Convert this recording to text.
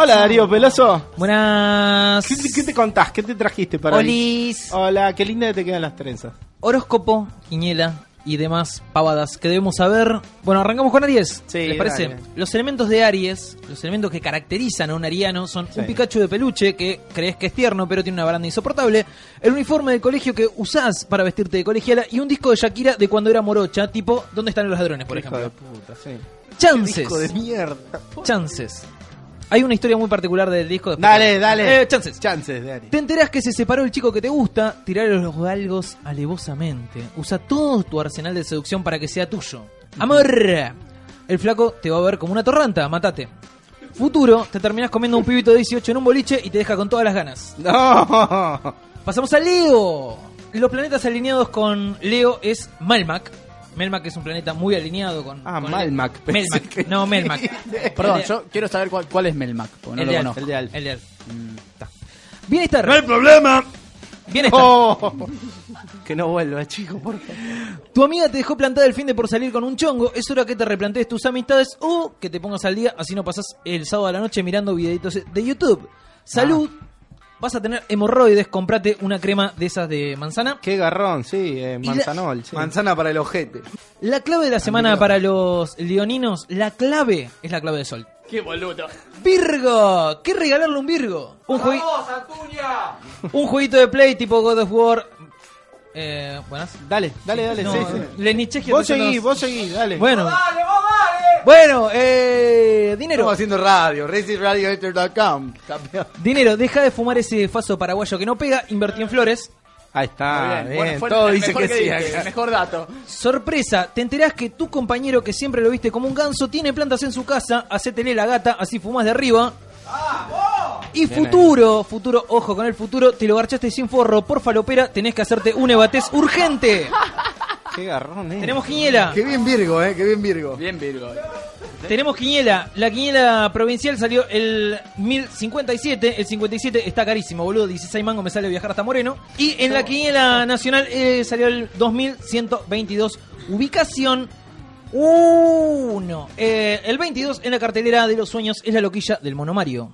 Hola Darío Peloso. Buenas. ¿Qué te, qué te contás? ¿Qué te trajiste para hoy? Olis. Hola, qué linda que te quedan las trenzas. Horóscopo, quiniela y demás pavadas que debemos saber. Bueno, arrancamos con Aries. Sí, ¿Les parece? dale. Los elementos de Aries, los elementos que caracterizan a un ariano son Sí. un Pikachu de peluche que crees que es tierno pero tiene una baranda insoportable, el uniforme de colegio que usás para vestirte de colegiala y un disco de Shakira de cuando era morocha, tipo ¿Dónde están los ladrones? por Hijo ejemplo. de puta, sí. Qué Chances. Hijo de mierda. Chances. Hay una historia muy particular del disco. después- Dale, dale. Eh, chances. Chances, Darío. Te enterás que se separó el chico que te gusta, tirar los galgos alevosamente. Usa todo tu arsenal de seducción para que sea tuyo. Amor. El flaco te va a ver como una torranta, matate. Futuro, te terminás comiendo un pibito de 18 en un boliche y te deja con todas las ganas. No. Pasamos a Leo. Los planetas alineados con Leo es Malmac. Melmac es un planeta muy alineado con. Ah, con- Malmac, pensé Melmac. que- No, Melmac. Perdón, El de- yo quiero saber cuál, cuál es Melmac, porque no el lo de conozco. El Alf. Mm, de Alf. El de Alf. Está. Bienestar. hay problema. Bienestar. Oh. Que no vuelva, chico, por favor. Tu amiga te dejó plantada el fin de por salir con un chongo. Es hora que te replantees tus amistades o que te pongas al día, así no pasas el sábado a la noche mirando videitos de YouTube. Salud. Ah. Vas a tener hemorroides, comprate una crema de esas de manzana. Qué garrón, sí, eh, Y la- manzanol. sí. Manzana para el ojete. La clave de la semana para los leoninos, la clave es la clave de sol. Qué boludo. Virgo, ¿qué regalarle a un Virgo? Un, juegui- un jueguito de play tipo God of War. Eh, buenas. Dale, dale, dale. No, sí, sí. Lenicheski Vos haciendo seguís, los- vos seguís, dale. Bueno. Bueno, eh, dinero. Estamos haciendo radio, RacingRadioHater.com. Campeón. Dinero, deja de fumar ese faso paraguayo que no pega, invertí en flores. Ahí Ah, está, bien. Bueno, fue Todo el dice mejor que, sí. diste, acá. el mejor dato. Sorpresa, te enterás que tu compañero que siempre lo viste como un ganso tiene plantas en su casa, hacétele la gata, así fumás de arriba. Ah, Y futuro, futuro, ojo con el futuro, te lo garchaste sin forro, por falopera, tenés que hacerte un ebatés urgente. Qué garrón, eh. Tenemos quiniela, Qué bien Virgo, eh, qué bien Virgo. Bien, Virgo. tenemos quiniela. La quiniela provincial salió el 1057, el 57 está carísimo, boludo, 16 mango me sale viajar hasta Moreno. Y en la quiniela nacional eh, salió el 2122, ubicación Eh, 1. el 22 en la cartelera de los sueños es la loquilla del Monomario.